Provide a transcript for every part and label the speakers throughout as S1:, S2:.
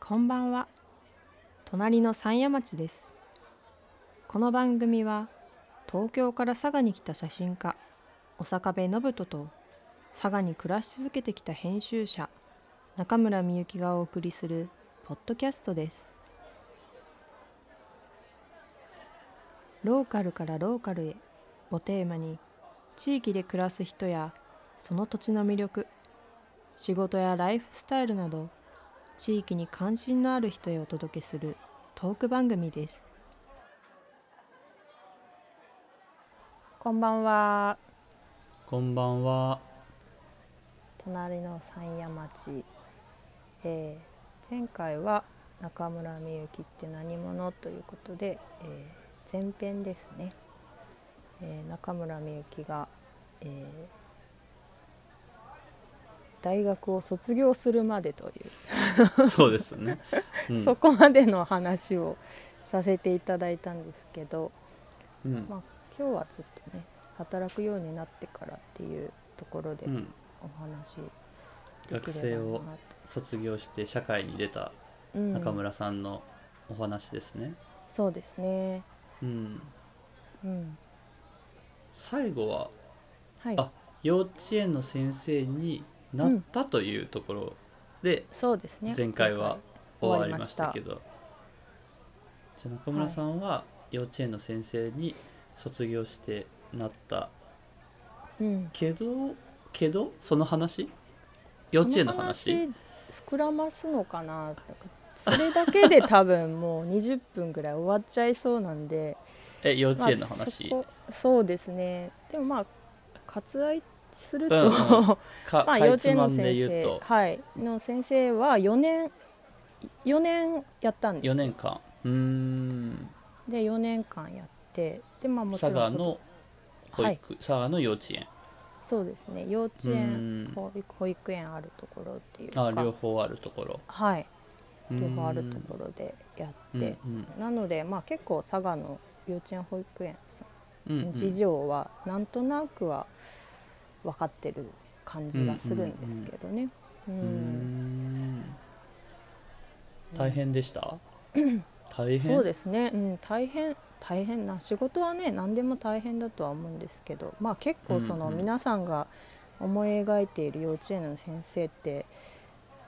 S1: こんばんは隣の山谷町ですこの番組は東京から佐賀に来た写真家小坂部信人と佐賀に暮らし続けてきた編集者中村みゆきがお送りするポッドキャストですローカルからローカルへをテーマに地域で暮らす人やその土地の魅力仕事やライフスタイルなど地域に関心のある人へお届けするトーク番組ですこんばんは
S2: こんばんは。
S1: 隣の山谷町、えー前回は中村みゆきって何者ということで、えー前編ですね、えー中村みゆきが、えー大学を卒業するまでという
S2: そうです ね。うん
S1: そこまでの話をさせていただいたんですけど、
S2: うん
S1: まあ、今日はちょっとね働くようになってからっていうところで
S2: うん
S1: お話で
S2: 学
S1: きれ
S2: 生
S1: ばなと
S2: を卒業して社会に出た
S1: うん
S2: 中村さんのお話ですね。
S1: そうですね
S2: うん。
S1: うん
S2: 最後は
S1: はい
S2: あ幼稚園の先生になったというところで
S1: そうですね
S2: 前回は終わりました
S1: 終
S2: けど。じゃあ中村さんは幼稚園の先生に卒業してなった
S1: うん
S2: けどけどその話
S1: 幼
S2: 幼稚園の話
S1: 膨らますのかななんかそれだけ で多分もう20分ぐらい終わっちゃいそうなんで
S2: え幼
S1: ま
S2: 稚
S1: あ
S2: 園の話、
S1: そこそうですねでもまあ割愛すると、
S2: うんうんか
S1: まあ
S2: かい
S1: 幼稚
S2: つ
S1: 園
S2: ま
S1: の
S2: ん
S1: 先
S2: で言う
S1: 生
S2: と
S1: はいの先生は4年4年やったんです
S2: 4年間うーん
S1: で4年間やってでまあもちろ
S2: 佐
S1: ん
S2: 賀の保育、
S1: はい
S2: 佐賀の幼稚園
S1: そうですね幼稚
S2: う
S1: 園
S2: ーん
S1: 保育保育園あるところっていうか
S2: あ両方あるところ
S1: はい、両方ある
S2: うーん
S1: ところでや
S2: う
S1: っ
S2: んう
S1: て、
S2: ん
S1: なので、まあ、結構佐賀の幼稚園保育園さ
S2: うんうん
S1: 事情はなんとなくは分かってる感じがするんですけどね。う
S2: うんーん大変でした、 大変
S1: そうですね、うん、大変大変な仕事はね何でも大変だとは思うんですけど、まあ、結構その
S2: うんうん
S1: 皆さんが思い描いている幼稚園の先生って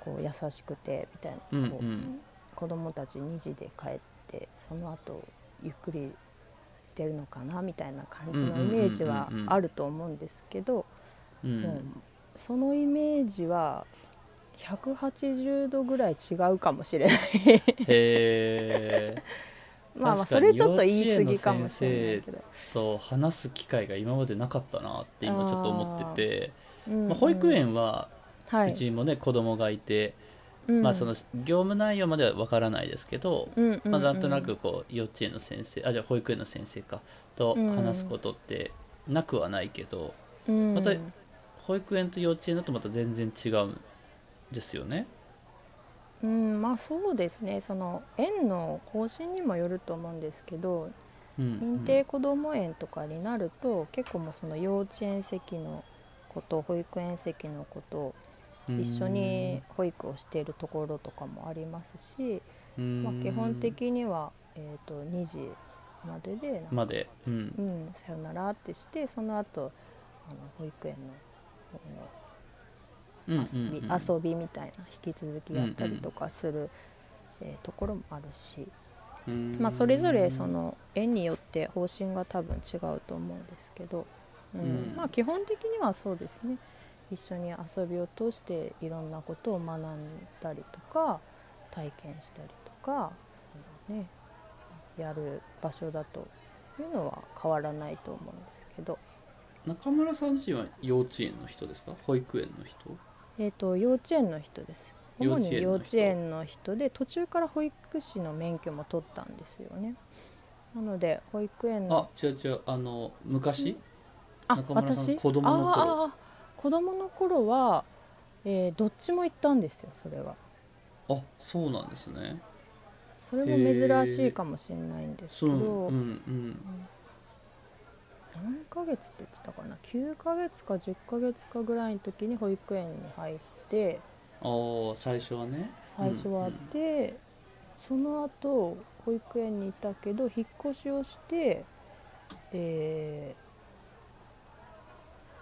S1: こう優しくてみたいな、
S2: うんう
S1: こうん子どもたち2時で帰ってその後ゆっくりしてるのかなみたいな感じのイメージは
S2: うんうんうんうんうん
S1: あると思うんですけど、
S2: う
S1: もうんそのイメージは180度ぐらい違うかもしれない。
S2: へえ
S1: まあまあ
S2: 確か
S1: そ
S2: に
S1: れちょっと言い過ぎかもしれないけど。
S2: そう話す機会が今までなかったなって今ちょっと思ってて
S1: うん
S2: まあ、保育
S1: うん
S2: 園は
S1: はいう
S2: ちもね子供がいて、
S1: うん
S2: まあその業務内容まではわからないですけど、
S1: うんうんうん
S2: まあ、なんとなくこう幼稚園の先生あじゃあ保育園の先生かと
S1: うん
S2: 話すことってなくはないけど、
S1: うん
S2: また保育園と幼稚園だとまた全然違うんですよね。
S1: うんまあそうですねその園の方針にもよると思うんですけど
S2: うん
S1: 認定こども園とかになると結構もうその幼稚園席のこと保育園席のこと一緒に、保育をしているところとかもありますし、
S2: うん
S1: まあ、基本的には、えー、と2時まででなんか
S2: まで、うん
S1: うん、さよならってしてその後あの保育園の方の
S2: う
S1: 遊
S2: んうん
S1: び,、
S2: うん
S1: 遊びみたいな引き続きやったりとかする、えーところもあるし、
S2: うん
S1: まあ、それぞれその園によって方針が多分違うと思うんですけど、うん
S2: うん
S1: まあ、基本的にはそうですね一緒に遊びを通していろんなことを学んだりとか体験したりとかそうだ、ね、やる場所だというのは変わらないと思うんですけど。
S2: 中村さん自身は幼稚園の人ですか保育園の人
S1: えー、と幼稚園の人です主に幼
S2: 幼
S1: 稚
S2: 稚
S1: 園
S2: 園
S1: の人で途中から保育士の免許も取ったんですよねなので保育園
S2: あ
S1: の
S2: 違う違うあの昔、中村さ
S1: 私
S2: ん子供の頃
S1: あーあーあー子供の頃は、えーどっちも行ったんですよそれは
S2: あそうなんですね
S1: それも珍しいかもしれないんですけ
S2: そう
S1: ど、
S2: うんうん
S1: 何ヶ月って言ってたかな9ヶ月か10ヶ月かぐらいの時に保育園に入って
S2: おー最初はね
S1: 最初はあって、その後保育園にいたけど引っ越しをしてえ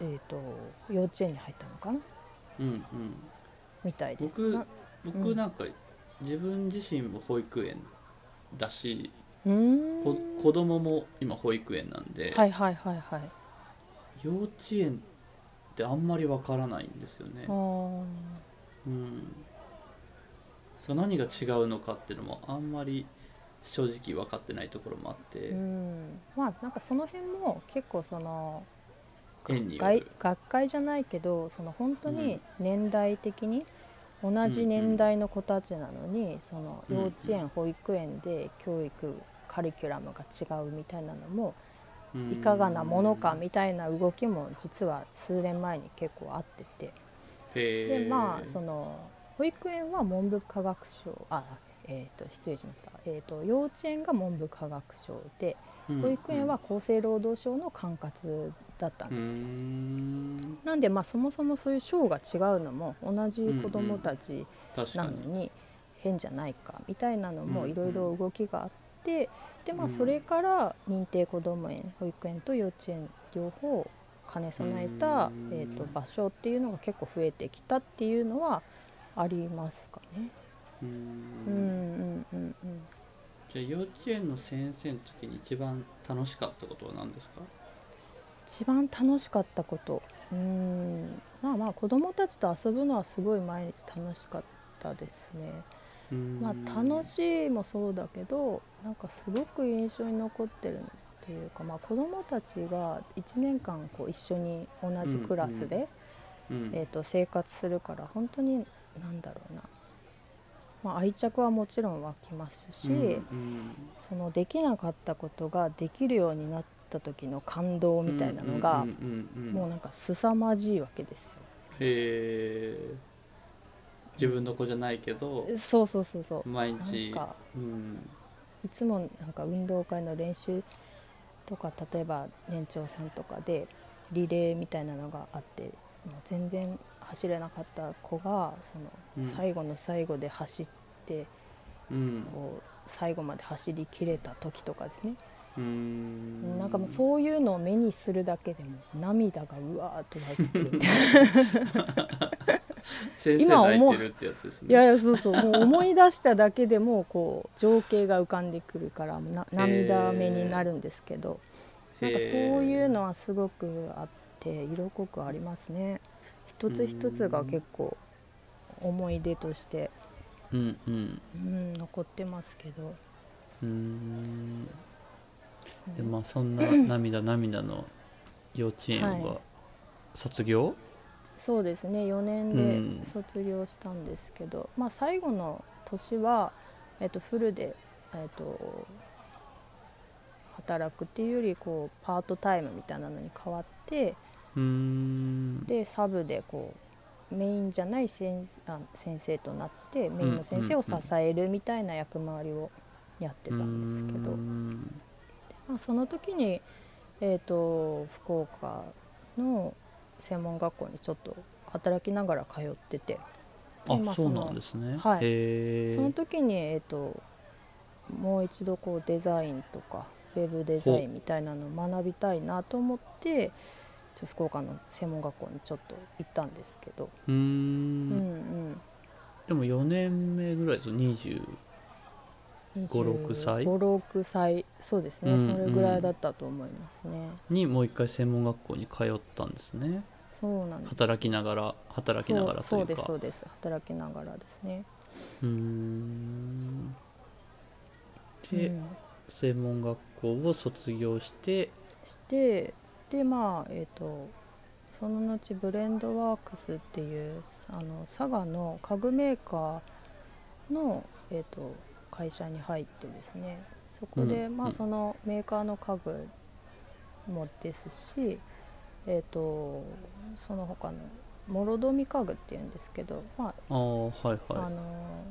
S1: ーえーと幼稚園に入ったのかな
S2: うんうん
S1: みたいです
S2: 僕
S1: なう
S2: 僕
S1: ん
S2: なんか自分自身も保育園だし
S1: うーん
S2: こ子供も今保育園なんで、
S1: はいはいはいはい
S2: 幼稚園ってあんまりわからないんですよね
S1: あ。ー
S2: うん、そう何が違うのかっていうのもあんまり正直分かってないところもあって、
S1: うんまあなんかその辺も結構その
S2: 園によ
S1: 学
S2: る
S1: 会学会じゃないけどその本当
S2: う
S1: に
S2: ん
S1: 年代的に同じ年代の子たちなのに、その
S2: うんうん
S1: 幼稚園、保育園で教育カリキュラムが違うみたいなのもいかがなものかみたいな動きも実は数年前に結構あっててでまあそ
S2: の
S1: の保育園は文部科学省あえー、と失礼しました、えー、と幼稚園が文部科学省で保育園は厚生労働省の管轄だったん
S2: う
S1: ですよ。
S2: ん
S1: なんでまあそもそもそういう賞が違うのも同じ子どもたち
S2: 確
S1: な
S2: か
S1: の
S2: に
S1: に変じゃないかみたいなの
S2: う
S1: も
S2: ん
S1: いろいろ動きがあってでま
S2: う
S1: あ
S2: ん
S1: それから認定こども園保育園と幼稚園両方兼ね備えた
S2: うん
S1: えーと場所っていうのが結構増えてきたっていうのはありますかね。
S2: う
S1: うんんうんうんうん
S2: じゃあ幼稚園の先生の時に一番楽しかったことは何ですか
S1: 一番楽しかったことうーんまあまあ子どもたちと遊ぶのはすごい毎日楽しかったですね。まあ楽
S2: い
S1: しいもそうだけどなんかすごく印象に残ってるっていうか、まあ、子どもたちが1年間こう一緒に同じクラスで、
S2: うん
S1: えー、と生活するから本当に何だろうな、まあ、愛着はもちろん湧きますし、
S2: うん
S1: そのできなかったことができるようになった時の感動みたいなのが、
S2: うんうんうんうん
S1: もうなんか凄まじいわけですよ。
S2: へえ自分の子じゃないけど
S1: そうそうそうそう
S2: 毎
S1: な
S2: 日
S1: んか
S2: うん
S1: いつもなんか運動会の練習とか例えば年長さんとかでリレーみたいなのがあってもう全然走れなかった子がその
S2: うん
S1: 最後の最後で走って、
S2: うん
S1: こう最後まで走りきれた時とかですね、
S2: うん
S1: なんかもうそういうのを目にするだけでも涙がうわーっと湧いてくる
S2: 先生
S1: 今
S2: 泣
S1: 思
S2: いうてるってやつですね
S1: いやいやそうそうもう思い出しただけでもこう情景が浮かんでくるからな涙目になるんですけど。なんかそういうのはすごくあって色濃くありますね一つ一つが結構思い出として、
S2: うんうん
S1: うん、残ってますけど
S2: うん
S1: う
S2: で
S1: ん
S2: まあそんな涙涙の幼稚園
S1: は
S2: は卒業、
S1: そうですね4
S2: う
S1: 年
S2: ん
S1: で卒業したんですけど、まあ、最後の年は、えっと、フルで、えっと、働くっていうよりこうパートタイムみたいなのに変わって
S2: うん
S1: でサブでこうメインじゃない先あ先生となってメインの先生を支えるみたいな役回りをやってたんですけど、
S2: うん
S1: まあ、その時に、えー、と福岡の専門学校にちょっと働きながら通っててでま
S2: あ
S1: あ
S2: そう
S1: そ
S2: な
S1: の
S2: んですね
S1: はい
S2: へえ
S1: その時に、えー、ともう一度こうデザインとかウェブデザインみたいなのを学びたいなと思ってちょ福岡の専門学校にちょっと行ったんですけど。う
S2: う
S1: ん
S2: ん
S1: うん
S2: でも4年目ぐらいですよ20 5-6歳
S1: 56歳そうですね、
S2: うん
S1: それぐらいだったと思いますね
S2: にもう一回専門学校に通ったんですね
S1: そうなんです
S2: 働きながら働きながらと
S1: そ
S2: い
S1: そうう
S2: う
S1: です
S2: か
S1: そうです働きながらですね
S2: うーんで、
S1: うん
S2: 専門学校を卒業して
S1: してでまあえっ、とその後ブレンドワークスっていうあの佐賀の家具メーカーの、えー、と会社に入ってですねそこで、
S2: うん
S1: ま
S2: う
S1: あ
S2: ん
S1: そのメーカーの家具もですし、えー、とその他の諸富家具っていうんですけど、ま
S2: ああはい
S1: ああ
S2: は
S1: の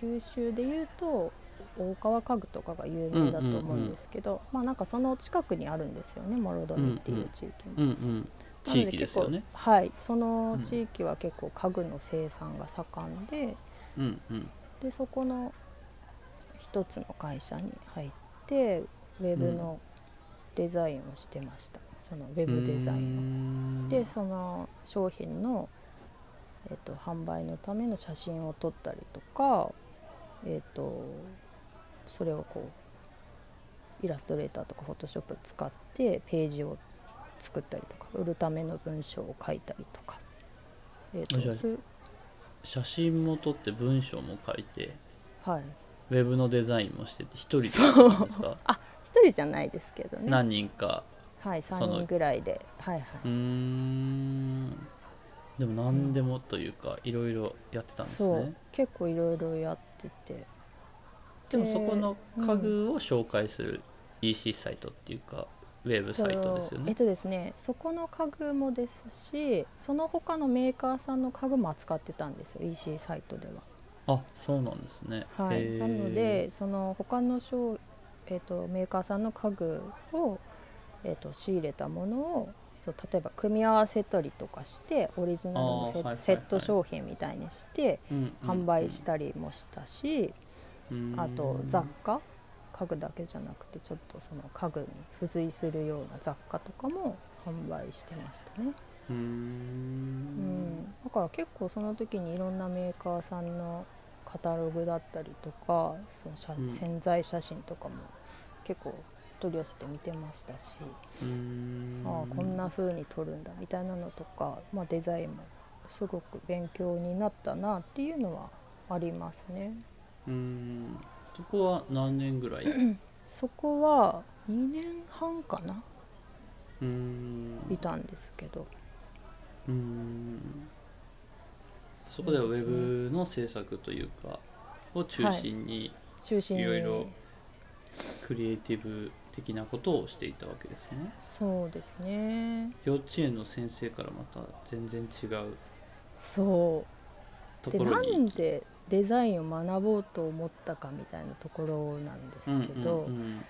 S1: 九州でいうと大川家具とかが有名だと思うんですけど、まあなんかその近くにあるんですよね諸富っていう地域も。
S2: いうんうん地域ですよね
S1: なの結構はいそうの
S2: ん
S1: 地域は結構家具の生産が盛んで、
S2: うんうん
S1: でそこの一つの会社に入ってウェブのデザインをしてました、そのウェブデザインを。
S2: ン
S1: でその商品の、えっと販売のための写真を撮ったりとか、えっとそれをこうイラストレーターとかフォトショップ使ってページを作ったりとか売るための文章を書いたりとか、えっ
S2: あじゃ
S1: と
S2: あ
S1: そういう
S2: 写真も撮って文章も書いて
S1: はい、
S2: ウェブのデザインもしてて一人でやってたんですか
S1: 一人じゃないですけどね、
S2: 何人か
S1: はい、
S2: そ
S1: 3
S2: の
S1: 人ぐらいで、はいは
S2: うーんでも何でもというかいろいろやってた
S1: い、
S2: んです
S1: そう
S2: ね
S1: 結構いろいろやってて。
S2: でも
S1: で
S2: そこの家具を紹介する EC サイトっていうかウェブサイトですよ
S1: え
S2: ね
S1: っとですねそこの家具もですしその他のメーカーさんの家具も扱ってたんですよ EC サイトで
S2: あそうなんですね
S1: は、はい
S2: へー
S1: なのでその他の商、えっとメーカーさんの家具を、えっと仕入れたものをそう例えば組み合わせたりとかしてオリジナルのセ,、
S2: あーはいはいはい
S1: セット商品みたいにして
S2: うんうんう
S1: 販
S2: ん
S1: 売したりもしたし、
S2: うん
S1: あと雑貨家具だけじゃなくてちょっとその家具に付随するような雑貨とかも販売してましたね、
S2: うー
S1: うん
S2: ん
S1: だから結構その時にいろんなメーカーさんのカタログだったりとかその写
S2: うん
S1: 潜在写真とかも結構取り寄せて見てましたし、
S2: うーん
S1: ああこんな風に撮るんだみたいなのとか、まあ、デザインもすごく勉強になったなっていうのはありますね。
S2: うーんそこは何年ぐらいう
S1: そこは2年半かな
S2: ーん
S1: いたんですけど、
S2: うーんそこではウ
S1: そうで
S2: ェ
S1: すね
S2: ブの制作というかを中心に
S1: 中心に
S2: いろいろクリエイティブ的なことをしていたわけですね、
S1: そうですね
S2: 幼稚園の先生からまた全然違う
S1: そ
S2: と
S1: うで
S2: こ
S1: な
S2: ろ
S1: ん
S2: に
S1: でデザインを学ぼうと思ったかみたいなところなんですけど、
S2: うんうんうん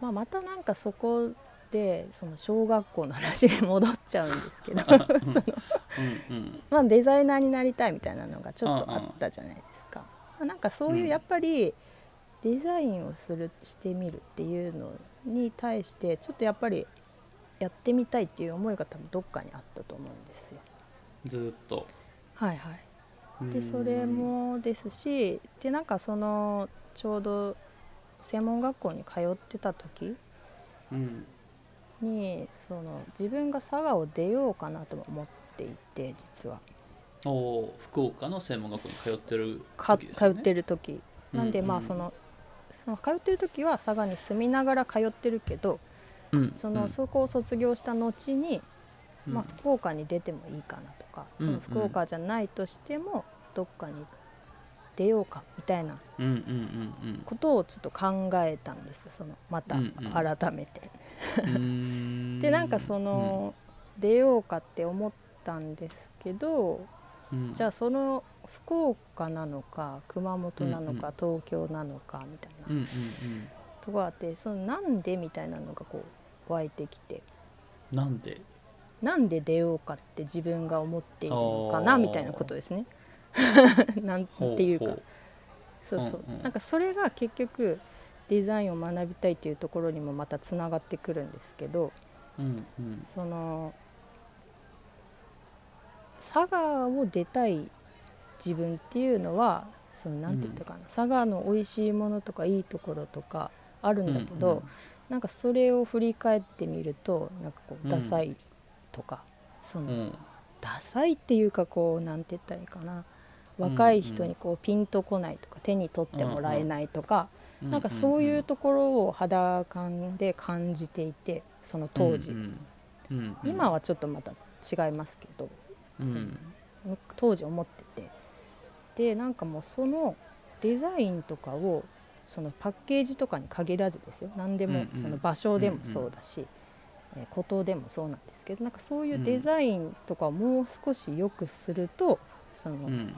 S1: まあ、またなんかそこでその小学校の話に戻っちゃうんですけどその
S2: うんうん
S1: まあ、デザイナーになりたいみたいなのがちょっとあったじゃないですか。まあなんかそういううんやっぱりデザインをするしてみるっていうのに対してちょっとやっぱりやってみたいっていう思いが多分どっかにあったと思うんですよ。
S2: ずーっと
S1: はいはい、
S2: うー
S1: で
S2: ん
S1: それもですしでなんかそのちょうど専門学校に通ってた時
S2: うん
S1: にその自分が佐賀を出ようかなとも思っていて実は
S2: おー福岡の専門学校に通ってる
S1: か
S2: 時です
S1: 通
S2: よね
S1: ってる時なんで、
S2: うんうん
S1: まあそのその通ってる時は佐賀に住みながら通ってるけど
S2: うん
S1: そ
S2: うん
S1: のそこを卒業した後に、
S2: うん
S1: まあ、福岡に出てもいいかなとか、
S2: うん
S1: その福岡じゃないとしてもどっかに出ようかみたいな
S2: うんうんうん
S1: ことをちょっと考えたんですよそのまた
S2: うんうん
S1: 改めて。
S2: うんうーん
S1: でなんかその、出ようかって思ったんですけど
S2: うん
S1: じゃあその福岡なのか熊本なのか、東京なのかみたいな。
S2: うんうんうん
S1: とかあってそのなんでみたいなのがこう湧いてきて
S2: なんで
S1: なんで出ようかって自分が思っているのか
S2: あ
S1: な
S2: ー
S1: みたいなことですね。 なんていうか
S2: ほう
S1: そうそう、
S2: うんうん
S1: なんかそれが結局デザインを学びたいっていうところにもまたつながってくるんですけど
S2: ほううんうん
S1: その佐賀を出たい自分っていうのはそのなんて言ったかな、佐賀の美味しいものとかいいところとかあるんだけど、
S2: うんうん
S1: なんかそれを振り返ってみるとなんかこ
S2: う
S1: うんダサいとか、その
S2: うん
S1: ダサいっていうかこうなんて言ったらいいかな若い人にこうピンとこないとか手に取ってもらえないとか、なんかそういうところを肌感で感じていてその当時、
S2: うんうんうんうん
S1: 今はちょっとまた違いますけど
S2: うん
S1: む当時思っててでなんかもうそのデザインとかをそのパッケージとかに限らずですよ何で
S2: う
S1: も
S2: んうん
S1: その場所でもそうだし、えーことでもそうなんですけどなんかそういうデザインとかをもう少し良くするとその、
S2: うん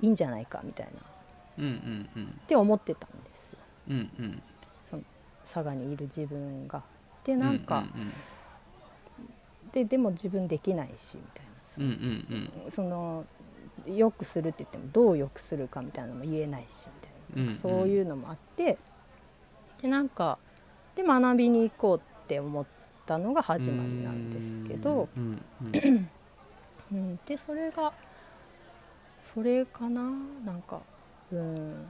S1: いいんじゃないかみたいなっ
S2: うんうんうん
S1: て思ってたんですよ
S2: うんうん
S1: その佐賀にいる自分が。でなんか、
S2: うんうん
S1: ででも自分できないしみたい
S2: うんうん
S1: なそのよくするって言ってもどうよくするかみたいなのも言えないしみたいな。
S2: うんうん
S1: そういうのもあってでなんかで学びに行こうって思ったのが始まりなんですけど、
S2: うんうん
S1: うん、でそれがそれかななんかうん、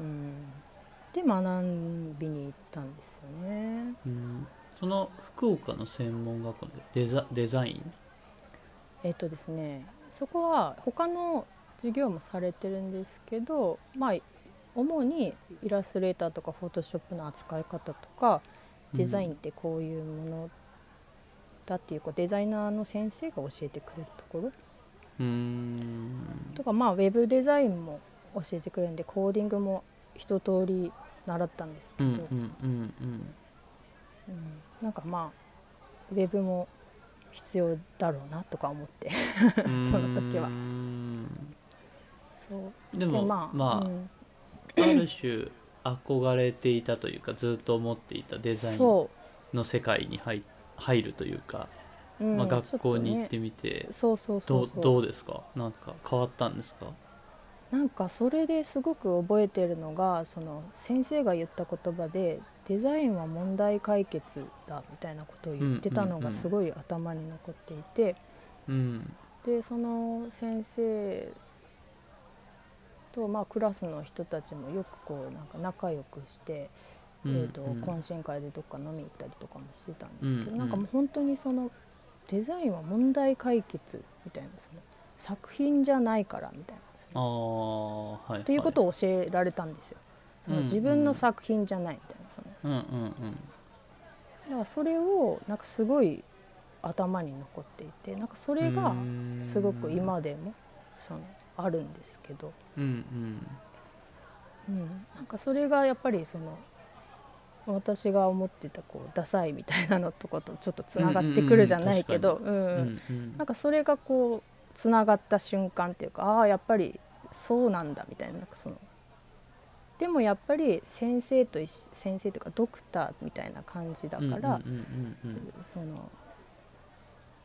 S1: うん、で学びに行ったんですよね。
S2: うんその福岡の専門学校のデザデザイン
S1: えっとですねそこは他の授業もされてるんですけどまあ主にイラストレーターとかフォトショップの扱い方とかデザインってこういうものだっていうかデザイナーの先生が教えてくれるところ
S2: うん
S1: とかまあウェブデザインも教えてくれるんでコーディングも一通り習ったんですけ
S2: う
S1: ど、
S2: んうんうんうん
S1: うんなんかまあウェブも必要だろうなとか思って その時は
S2: うん
S1: そう
S2: で
S1: で
S2: も
S1: まあ、
S2: ま
S1: うん
S2: あある種憧れていたというかずっと思っていたデザイン
S1: そ
S2: の世界に入入るというか、
S1: う、うん
S2: まあ、
S1: ちょ
S2: 学
S1: っと
S2: 校に行
S1: ね
S2: ってみて
S1: そうそうそ
S2: ど
S1: う
S2: う
S1: そう
S2: どうですかなんか変わったんですか
S1: なんかそれですごく覚えてるのがその先生が言った言葉でデザインは問題解決だみたいなことを言ってたの
S2: うんうんうん
S1: がすごい頭に残っていて、
S2: うん
S1: でその先生とまあクラスの人たちもよくこうなんか仲良くして、
S2: うん
S1: えーと
S2: うん
S1: 懇親会でどっか飲み行ったりとかもしてたんですけど、
S2: うんうん
S1: なんかもう本当にそのデザインは問題解決みたいなその作品じゃないからみたいなその
S2: ああはい
S1: っていうことを教えられたんですよ。そ
S2: うん
S1: の
S2: うん
S1: 自分の作品じゃないみたいなその
S2: うんうんうん
S1: だからそれをなんかすごい頭に残っていてなんかそれがすごく今でもそのあるんですけど、
S2: うんうん
S1: うん、なんかそれがやっぱりその私が思ってたこうダサいみたいなのとことちょっとつながってくるじゃないけど、うん
S2: うんうん
S1: なんかそれがこうつながった瞬間っていうかああーやっぱりそうなんだみたいななんかそのでもやっぱり先生と一緒先生というかドクターみたいな感じだから、
S2: うんうんうんうん
S1: その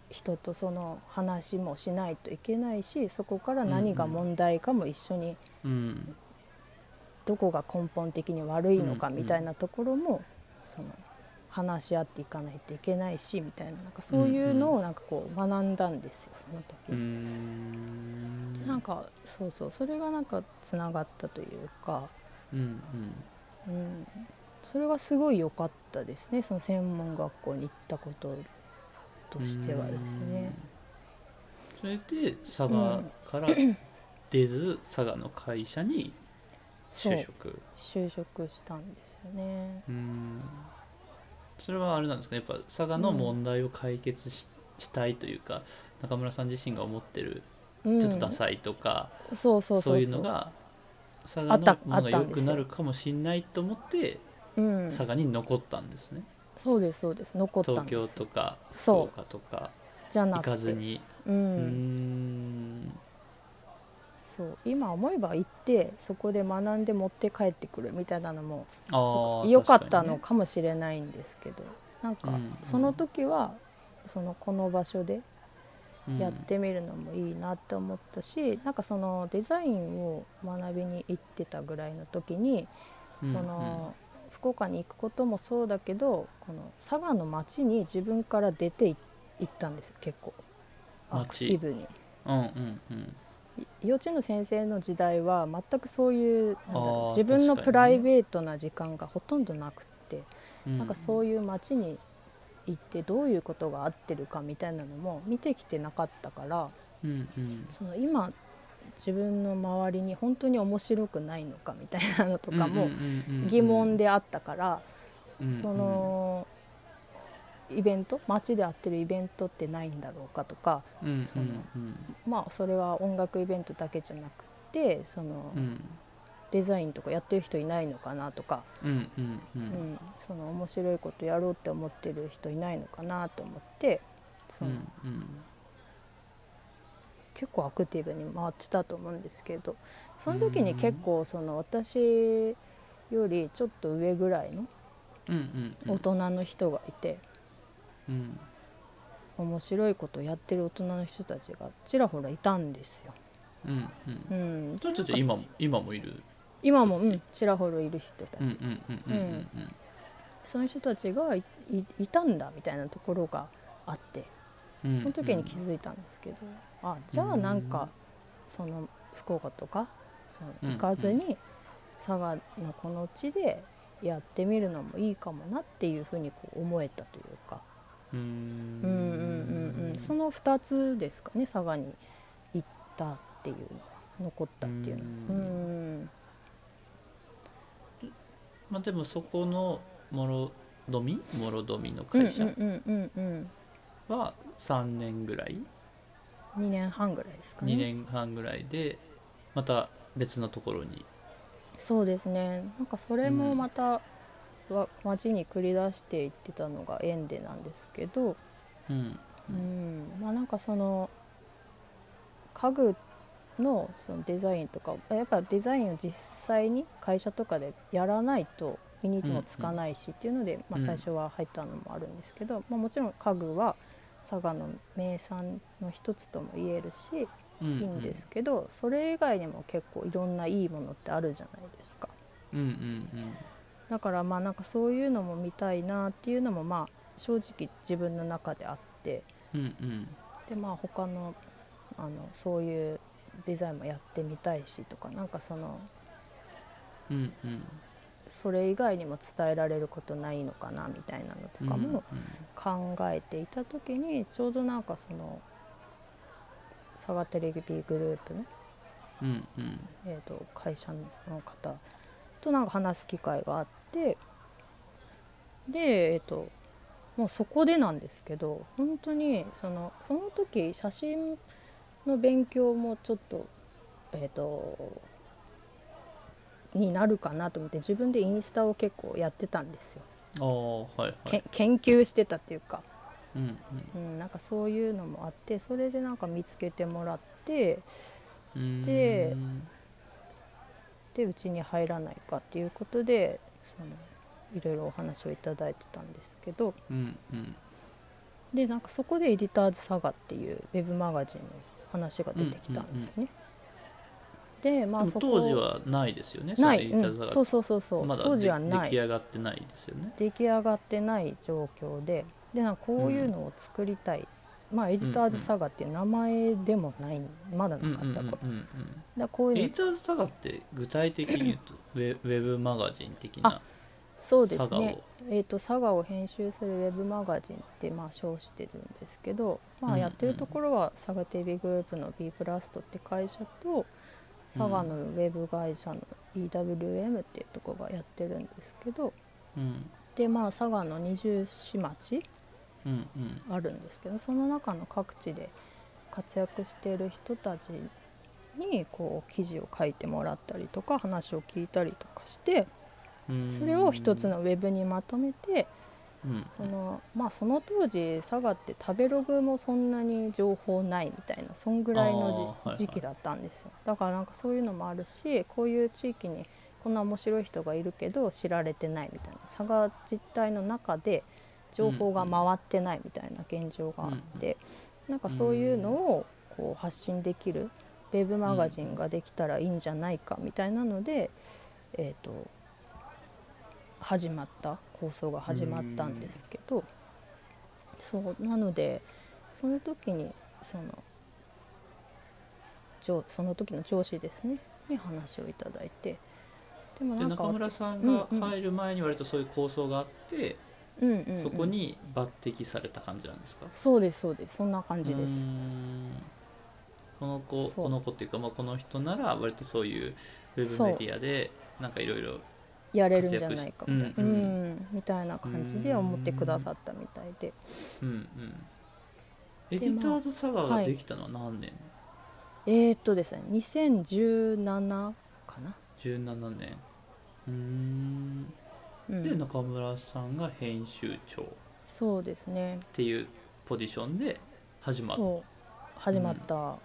S1: 人とその話もしないといけないしそこから何が問題かも一緒に
S2: うん
S1: どこが根本的に悪いのか
S2: うん
S1: みたいなところもその話し合っていかないといけないしみたいななんかそういうのをなんかこう学んだんですよその時。
S2: うんうん
S1: なんかそうそうそれがなんかつながったというか、
S2: うんうん
S1: うん、それがすごい良かったですねその専門学校に行ったこととしてはですね。
S2: それで佐賀から出ず佐賀の会社に
S1: そう
S2: 就職
S1: 就職したんですよね。
S2: うんそれはあれなんですかねやっぱ佐賀の問題を解決し,、したいというか中村さん自身が思ってる
S1: うん
S2: ちょっとダサいとか、
S1: そうそうそう
S2: そういうのが佐賀のも
S1: あ
S2: の
S1: った
S2: が
S1: あった
S2: 良
S1: んですよ
S2: くなるかもしれないと思って
S1: うん、
S2: 佐賀に残ったんですね、
S1: そうですそうです残った
S2: 東
S1: んですよ
S2: 京とか福
S1: そう
S2: 岡とか
S1: じゃな
S2: 行
S1: くて
S2: かずに
S1: う
S2: うー
S1: ん
S2: ん
S1: そう今思えば行ってそこで学んで持って帰ってくるみたいなのも
S2: あー
S1: 良かったの
S2: 確
S1: かもしれないんですけど、なん
S2: う
S1: か
S2: んうん
S1: その時はそのこの場所で
S2: にね
S1: やってみるのもいいなって思ったし、なんかそのデザインを学びに行ってたぐらいの時に、
S2: うん
S1: その福岡に行くこともそうだけどこの佐賀の町に自分から出てい行ったんですよ結構アクティブに。
S2: うんうんうん
S1: い幼稚園の先生の時代は全くそういうなんだろ
S2: あー
S1: う自分の
S2: 確かにね
S1: プライベートな時間がほとんどなくって、
S2: うん
S1: なんかそう
S2: い
S1: いう町に行ってどういうことが合ってるかみたいなのも見てきてなかったから。
S2: うんうん
S1: その今自分の周りに本当に面白くないのかみたいなのとかも疑問であったから、そのイベント街でやってるイベントってないんだろうかとかそのまあそれは音楽イベントだけじゃなくてその、デザインとかやってる人いないのかなとか、うんその面白いことやろうって思ってる人いないのかなと思ってその、結構アクティブに回ってたと思うんですけどその時に結構その私よりちょっと上ぐらいの大人の人がいて、面白いことをやってる大人の人たちがちらほらいたんですよ。
S2: うんうん
S1: うん、
S2: ちょちょちょ今も今もいる
S1: 今も、うん、ちらほらいる人たち、
S2: うんうんうんうんうんうん
S1: その人たちがいいいたんだみたいなところがあって
S2: うんうん
S1: その時に気づいたんですけど、あじゃあなんか、その福岡とかその行かずに佐賀のこの地でやってみるのもいいかもなっていうふうにこう思えたというか、
S2: うー
S1: うんうんうんうんん、その2つですかね佐賀に行ったっていうのは残ったっていうのは。う
S2: う
S1: んん
S2: まあでもそこのもろどみもろどみの
S1: うんうん
S2: 会社
S1: うんうんうん
S2: は3年ぐらい、
S1: 2年半ぐらいですかね
S2: 2年半ぐらいでまた別のところに
S1: そうですねなんかそれもまた、わ街に繰り出していってたのが縁でなんですけど、
S2: うんう
S1: うんんまあなんかその家具のそのデザインとかやっぱデザインを実際に会社とかでやらないと身にもつかないしっていうので、まあ、
S2: うん
S1: 最初は入ったのもあるんですけど、まあ、もちろん家具は佐賀の名産の一つとも言えるし
S2: う
S1: いいんですけど、それ以外にも結構いろんないいものってあるじゃないですか。
S2: うんうん
S1: だからまあなんかそういうのも見たいなっていうのもまあ正直自分の中であって
S2: うんうんうん
S1: でまあ他のあのそういうデザインもやってみたいしとかなんかその
S2: うんうん
S1: それ以外にも伝えられることないのかなみたいなのとかも
S2: うん
S1: 考えていた時にちょうどなんかその佐賀テレビグループの、
S2: うんうん
S1: えー、と会社の方となんか話す機会があってでえっ、ともうそこでなんですけど本当にそのその時写真の勉強もちょっとえっ、とになるかなと思って自分でインスタを結構やってたんですよ、
S2: ああはいは
S1: け
S2: い
S1: ん研究してたっていうか、
S2: うんうん
S1: うん、なんかそういうのもあってそれでなんか見つけてもらって
S2: うーん
S1: ででうちに入らないかっていうことでそのいろいろお話をいただいてたんですけど
S2: うんうん
S1: でなんかそこで「エディターズサガ」っていうウェブマガジンの話が出てきたんですね。でまあ
S2: でも
S1: そこ
S2: 当時はないですよね
S1: ない、
S2: その
S1: うん、そうそうそうそう、
S2: まだ
S1: 当時はな
S2: 出
S1: い
S2: 来上がってないですよね
S1: 出来上がってない状況ででなんかこういうのを作りたい、まあエディターズサガっていう名前でもないまだ
S2: うん
S1: な
S2: う
S1: か
S2: んうん
S1: った
S2: う
S1: こと、だか
S2: んうん
S1: らこうい
S2: エ
S1: うの
S2: イターズサガって具体的に言うとウェウェブマガジン的な
S1: そうです
S2: サガ
S1: ね
S2: を
S1: えー、と佐賀を編集するウェブマガジンってまあ称してるんですけど、
S2: う
S1: ま
S2: んう
S1: あ、
S2: ん
S1: やってるところは佐賀テレビグループの B プラストって会社と佐賀のウェブ会社の EWM っていうところがやってるんですけど
S2: うん
S1: でまあ佐賀の二十市町
S2: うんうん
S1: あるんですけどその中の各地で活躍している人たちにこう記事を書いてもらったりとか話を聞いたりとかして
S2: うーん
S1: それを一つのウェブにまとめて
S2: うん
S1: そのまあその当時佐賀って食べログもそんなに情報ないみたいなそんぐらいのじ
S2: あーはいはい
S1: 時期だったんですよだからなんかそういうのもあるしこういう地域にこんな面白い人がいるけど知られてないみたいな佐賀実態の中で情報が回ってないみたいな現状があって、なんかそういうのをこう発信できるウェブマガジンができたらいいんじゃないかみたいなので、えー、と始まった構想が始まったんですけど、そうなのでその時にその上その時の上司ですねに話をいただいてでもな
S2: で
S1: んか
S2: 中村さんが
S1: うんうん
S2: 入る前に割とそういう構想があって、
S1: うんうんうん
S2: そこに抜擢された感じなんですか
S1: そうですそうですそんな感じで
S2: うー
S1: す。
S2: んこの子
S1: そう
S2: この子っていうか、まあ、この人なら割とそういうウェブメディアでなんかいろいろ
S1: やれるんじゃないかみたいな、
S2: う
S1: うんん
S2: うん
S1: みたいな感じで思ってくださったみたいで
S2: うんうんエデ
S1: でまあ
S2: ィターズサガが
S1: はい
S2: できたのは何年、
S1: えー、っとですね2017かな、
S2: ?17 年うーん
S1: う
S2: で
S1: ん、
S2: 中村さんが編集長っ
S1: そうですね
S2: ていうポジションで始まったう
S1: そう始まった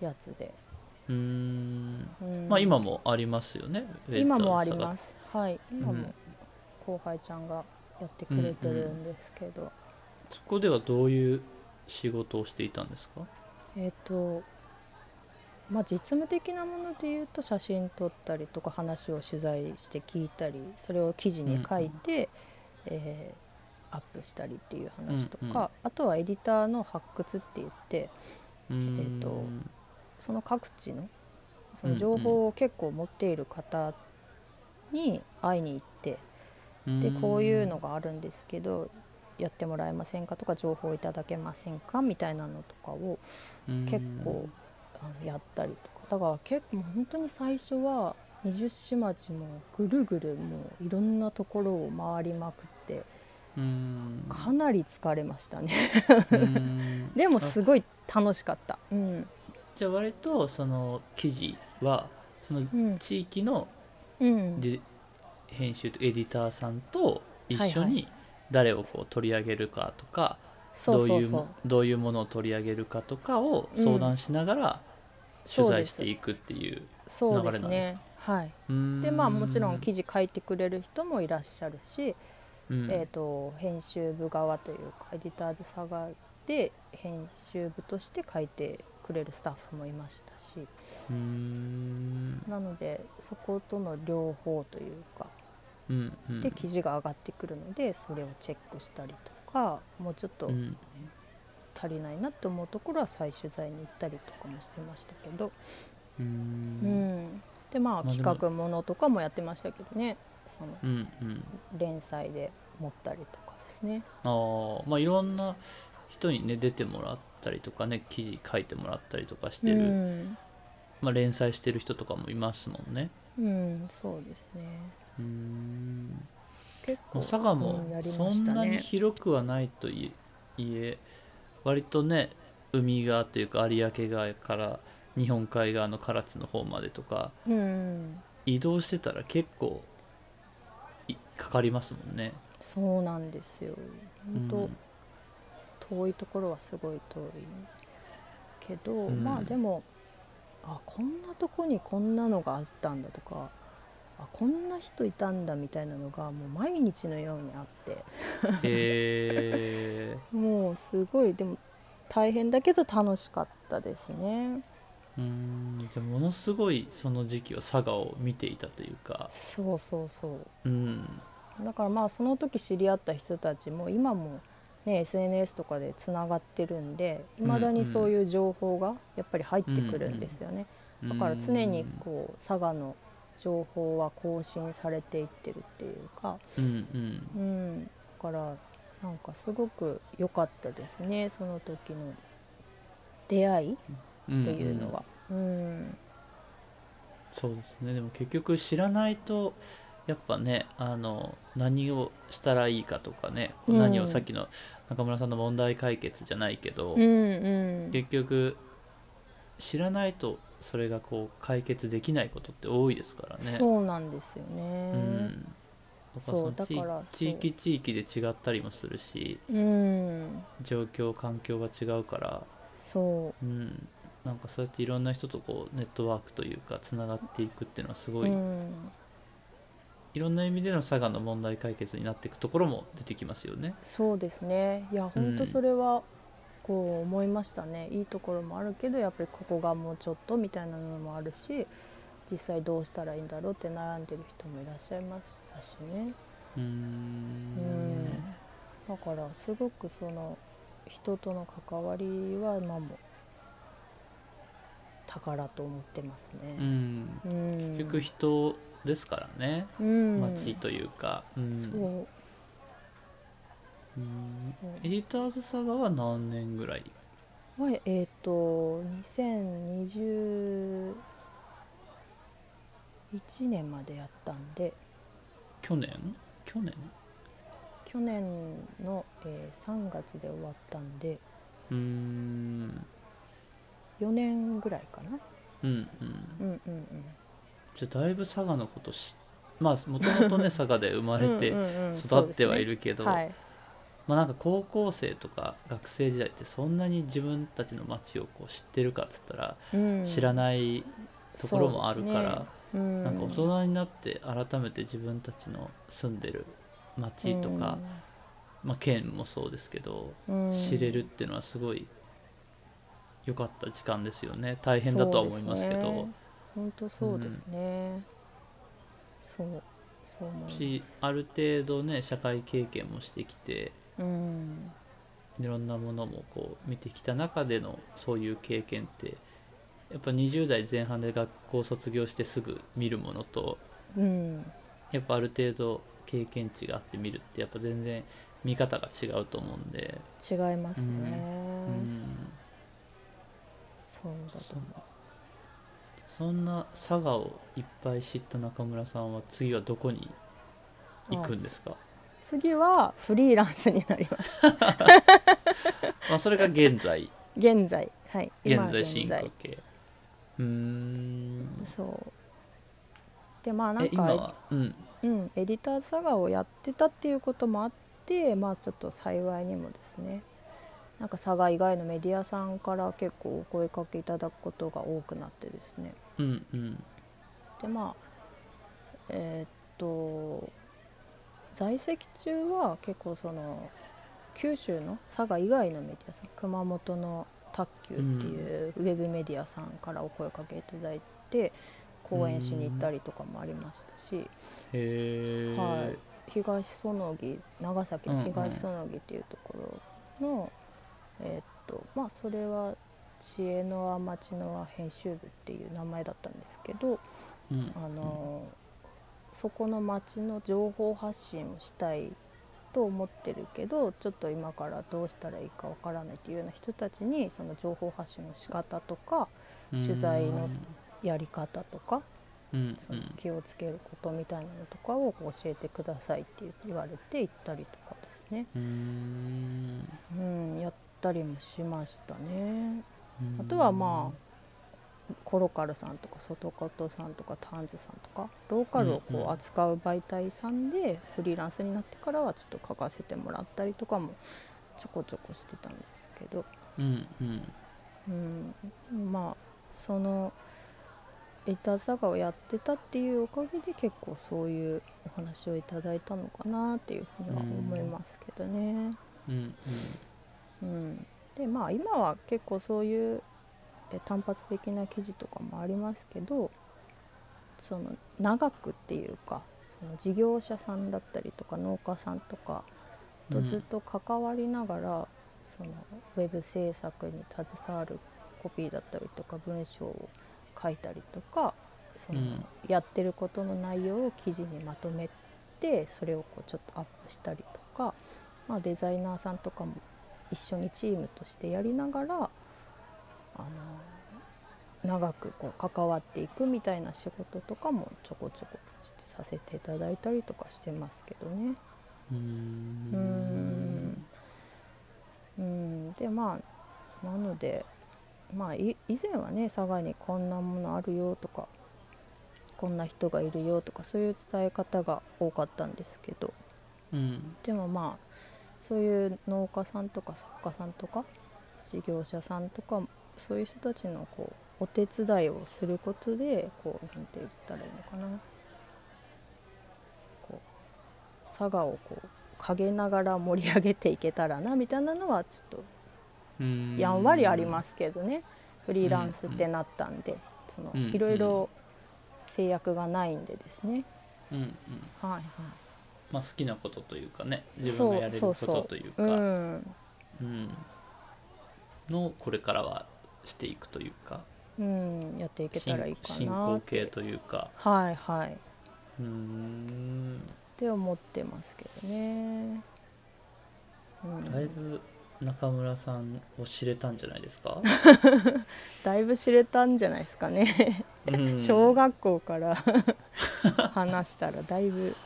S1: やつで、
S2: ーん
S1: うん
S2: まあ今もありますよね
S1: 今もあり
S2: す
S1: ますはい今
S2: うん
S1: も後輩ちゃんがやってくれてるんですけど、
S2: そこではどういう仕事をしていたんですか
S1: えっ、とまあ実務的なもので言うと写真撮ったりとか話を取材して聞いたりそれを記事に書いて、えーアップしたりっていう話とか、
S2: うんうん
S1: あとはエディターの発掘って言って
S2: うーん
S1: えーとその各地のそ
S2: うんう
S1: の
S2: ん
S1: 情報を結構持っている方に会いに行って、
S2: うーん
S1: でこういうのがあるんですけどやってもらえませんかとか情報いただけませんかみたいなのとかを
S2: うーん
S1: 結構あのやったりとかだから結構本当に最初は二十市町もぐるぐるもういろんなところを回りまくって
S2: うーん
S1: かなり疲れましたね
S2: うーん
S1: でも
S2: あ
S1: すごい楽しかった、うん
S2: じゃあ割とその記事はその
S1: うん
S2: 地域の
S1: うん、
S2: で編集とエディターさんと一緒
S1: はいは
S2: に誰をこう取り上げるかとか
S1: そ
S2: ど
S1: う
S2: う
S1: そう
S2: い
S1: そ
S2: う
S1: う
S2: もどういうものを取り上げるかとかを
S1: うん
S2: 相談しながら取
S1: そう
S2: 材
S1: で
S2: し
S1: す
S2: ていくっていう
S1: そうです
S2: 流れなんです
S1: ねはいで
S2: で
S1: まあもちろん記
S2: 事、
S1: 事書いてくれる人もいらっしゃるし、
S2: うん
S1: えー、と編集部側というかエディターズサガで編集部として書いてくれるスタッフもいましたし
S2: うーん
S1: なのでそことの両方というか
S2: うんうん
S1: で記事が上がってくるのでそれをチェックしたりとかもうちょっと
S2: うん
S1: 足りないなと思うところは再取材に行ったりとかもしてましたけど、
S2: う
S1: う
S2: ー
S1: んん、でまあ
S2: まあでも
S1: 企画ものとかもやってましたけどねその
S2: うんうん
S1: 連載で持ったりとかですね。
S2: あーまあいろんな人にね出てもらったりとかね記事書いてもらったりとかしてる、
S1: うん
S2: まあ、連載してる人とかもいますもんね
S1: うん、そうですね。
S2: うーん
S1: 結
S2: ま
S1: 構
S2: あ佐賀
S1: うん
S2: も
S1: やり
S2: そ
S1: まし
S2: ん
S1: た
S2: なに
S1: ね。
S2: 広くはないといいえ割とね海側というか有明側から日本海側の唐津の方までとか
S1: うん、
S2: 移動してたら結構いかかりますもんね。
S1: そうなんですよ。本当、
S2: うん
S1: 遠いところはすごい遠いけど、
S2: うん
S1: まあでもあこんなとこにこんなのがあったんだとか。あこんな人いたんだみたいなのがもう毎日のようにあって
S2: へ
S1: もうすごいでも大変だけど楽しかったですね
S2: ーうーんでもものすごいその時期は佐賀を見ていたというか、
S1: そうそうそう
S2: うん、
S1: だからまあその時知り合った人たちも今も、ね、SNS とかでつながってるんでいまだにそういう情報がやっぱり入ってくるんですよね、
S2: だ
S1: だから常にこう佐賀の情報は更新されていってるっていうか、
S2: うんうん
S1: うん、だからなんかすごく良かったですねその時の出会い
S2: うん
S1: っていうのは。うん
S2: そうですねでも結局知らないとやっぱねあの何をしたらいいかとかね、こう
S1: うん
S2: 何をさっきの中村さんの問題解決じゃないけど、
S1: うんうん
S2: 結局知らないとそれがこう解決できないことって多いですからね。
S1: そうなんですよね。
S2: うんだからその
S1: そう
S2: 地
S1: だからそう
S2: 地域地域で違ったりもするし
S1: うん、
S2: 状況環境が違うから、
S1: そう
S2: うん、なんかそうやっていろんな人とこうネットワークというかつながっていくっていうのはすごい、
S1: うん、
S2: いろんな意味での佐賀の問題解決になっていくところも出てきますよね。
S1: そうですねいや本当それはこう思いましたね、いいところもあるけどやっぱりここがもうちょっとみたいなのもあるし実際どうしたらいいんだろうって悩んでる人もいらっしゃいましたしね
S2: うー
S1: うんんだからすごくその人との関わりは今も宝と思ってます
S2: う
S1: ね、
S2: ん
S1: うん、
S2: 結局人ですからね、
S1: うん
S2: 街というか。うん
S1: そう
S2: うん
S1: そう
S2: エディターズ佐賀は何年ぐらい
S1: はい、えっ、と2021年までやったんで
S2: 去年去年
S1: 去年の、えー3月で終わったんで
S2: うーん
S1: 4年ぐらいかな
S2: うんうん
S1: うんうん
S2: じゃあだいぶ佐賀のことしまあもと もとね佐賀で生ま
S1: うん
S2: れて
S1: うんうんうんそう
S2: 育
S1: で
S2: っ
S1: すね
S2: てはいるけど、
S1: はい
S2: まあなんか高校生とか学生時代ってそんなに自分たちの街をこう知ってるかっつったら
S1: うん、
S2: 知ら
S1: ない
S2: ないところもあるから、
S1: う,、ん、
S2: なんか大人になって改めて自分たちの住んでる街とか、まあ、県もそうですけど、
S1: うん
S2: 知れるっていうのはすごい良かった時間ですよね大変だとは思いますけ
S1: そう
S2: ど
S1: ですね本当そうですね、そうそう思います
S2: しある程度ね社会経験もしてきて
S1: うん
S2: いろんなものもこう見てきた中でのそういう経験ってやっぱ20代前半で学校卒業してすぐ見るものと
S1: うん
S2: やっぱある程度経験値があって見るってやっぱ全然見方が違うと思うんで、
S1: 違いますね、
S2: うん、
S1: そうだと
S2: そ
S1: 思
S2: そんな佐賀をいっぱい知った中村さんは次はどこに
S1: う
S2: 行くんで
S1: あ
S2: すか
S1: つ次はフリーランスになります
S2: まあそれが現 在
S1: 現在はい
S2: 現
S1: 今
S2: 在進行形うーん
S1: そうでまあな
S2: え
S1: ん
S2: 今
S1: か
S2: はうん
S1: うん、エディター佐賀をやってたっていうこともあってまあちょっと幸いにもですねなんか佐賀以外のメディアさんから結構お声かけいただくことが多くなってですね
S2: うんうん
S1: でまあえーっと在籍中は結構その九州の佐賀以外のメディアさん熊本の卓球っていうウェブメディアさんからお声かけいただいて講演しに行ったりとかもありましたし。
S2: へえ、
S1: はい東園木長崎
S2: うんう
S1: の
S2: ん
S1: 東園木っていうところの、えーっとまあそれは知恵の輪町の輪編集部っていう名前だったんですけど、
S2: うん
S1: あのそこの町の情報発信をしたいと思ってるけどちょっと今からどうしたらいいかわからないっていうような人たちにその情報発信の仕方とか取材のやり方とか
S2: うん
S1: その気をつけることみたいなのとかをこう教えてくださいって言われて行ったりとかですね、
S2: うんうん
S1: うん、やったりもしましたね
S2: うん
S1: あとはまあコロカルさんとか外トさんとかターンズさんとかローカルを
S2: うんう
S1: こ
S2: ん
S1: う扱う媒体さんでフリーランスになってからはちょっと書かせてもらったりとかもちょこちょこしてたんですけど
S2: うんうん
S1: うん、まあそのエター佐賀をやってたっていうおかげで結構そういうお話をいただいたのかなっていうふうには思いますけどね。
S2: うんうん
S1: うんでまあ今は結構そういうえ単発的な記事とかもありますけどその長くっていうかその事業者さんだったりとか農家さんとか
S2: う
S1: と
S2: ん
S1: ずっと関わりながら、そのウェブ制作に携わるコピーだったりとか文章を書いたりとかその、
S2: うん
S1: やってることの内容を記事にまとめてそれをこうちょっとアップしたりとか、まあ、デザイナーさんとかも一緒にチームとしてやりながらあの長くこう関わっていくみたいな仕事とかもちょこちょこしてさせていただいたりとかしてますけどね。
S2: う
S1: うー
S2: ん
S1: んうん、でまあなので、まあ、い以前はね佐賀にこんなものあるよとかこんな人がいるよとかそういう伝え方が多かったんですけど
S2: うん
S1: でもまあそういう農家さんとか作家さんとか事業者さんとかそういう人たちのこうお手伝いをすることでこうなんて言ったらいいのかなこう佐賀をこう陰ながら盛り上げていけたらなみたいなのはちょっ
S2: うん
S1: とやんわりありますすけどねフリーランスってなったんでその
S2: うん
S1: いろいろ制約がないんでですね
S2: うんうん
S1: はいはい
S2: まあ好きなことというかね自分がやれる
S1: そ
S2: こ
S1: うそうそ
S2: と
S1: う
S2: というか
S1: うん
S2: うんのこれからはしていくというか
S1: うんやっていけたらいいか
S2: 進進
S1: な
S2: 行
S1: っ
S2: 形
S1: て
S2: というか
S1: はいはいっ
S2: うーん
S1: て思ってますけどね、うん、
S2: だいぶ中村さんを知れたんじゃないです か、
S1: だいぶ知れたんじゃないですかね
S2: うん
S1: 小学校から 話したらだいぶ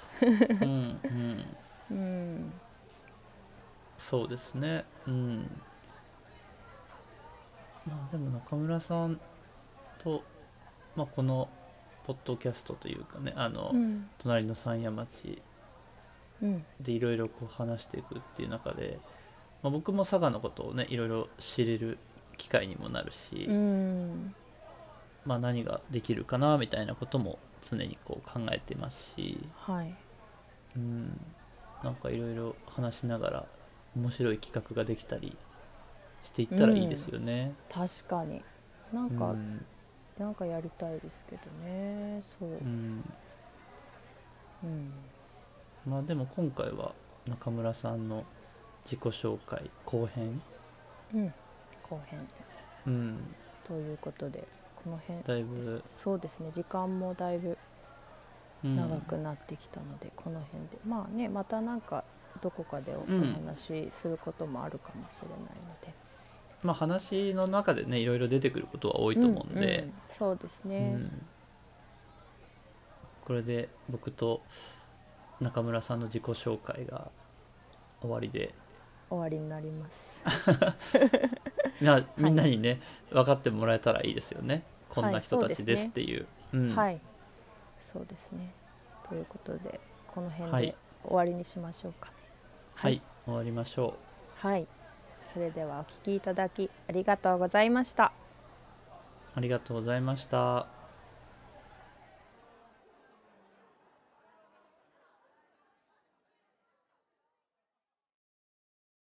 S2: うんうん
S1: うん
S2: そうですねうんまあでも中村さんと、まあ、このポッドキャストというかねあの、
S1: うん
S2: 隣の山町
S1: うん
S2: でいろいろこう話していくっていう中で、まあ、僕も佐賀のことをねいろいろ知れる機会にもなるし、
S1: うん
S2: まあ、何ができるかなみたいなことも常にこう考えてますし、
S1: はい
S2: うん、なんかいろいろ話しながら面白い企画ができたりしていったらいいですよね。
S1: 確かになん
S2: うん
S1: か、なんかやりたいですけどねそう、
S2: うん
S1: うん、
S2: まあでも今回は中村さんの自己紹介後編、
S1: うん、後編
S2: うん、
S1: ということでこの辺
S2: だいぶ、
S1: そうですね時間もだいぶ
S2: うん
S1: 長くなってきたので、この辺でまあねまたなんかどこかでお
S2: うん
S1: 話しすることもあるかもしれないので、
S2: まあ、話の中でねいろいろ出てくることは多いと思うん
S1: う
S2: で
S1: ん、そうです
S2: う
S1: ね、
S2: んこれで僕と中村さんの自己紹介が終わりで
S1: 終わりになります。
S2: なみんなにね、分かってもらえたらいいですよねこんな人
S1: はいそう
S2: た
S1: です
S2: ち
S1: ね
S2: ですっていう。うん
S1: はい、そうですね。ということでこの辺
S2: はい
S1: で終わりにしましょうかね。
S2: はい、終わりましょう。
S1: はい、それではお聞きいただきありがとうございました。
S2: ありがとうございました。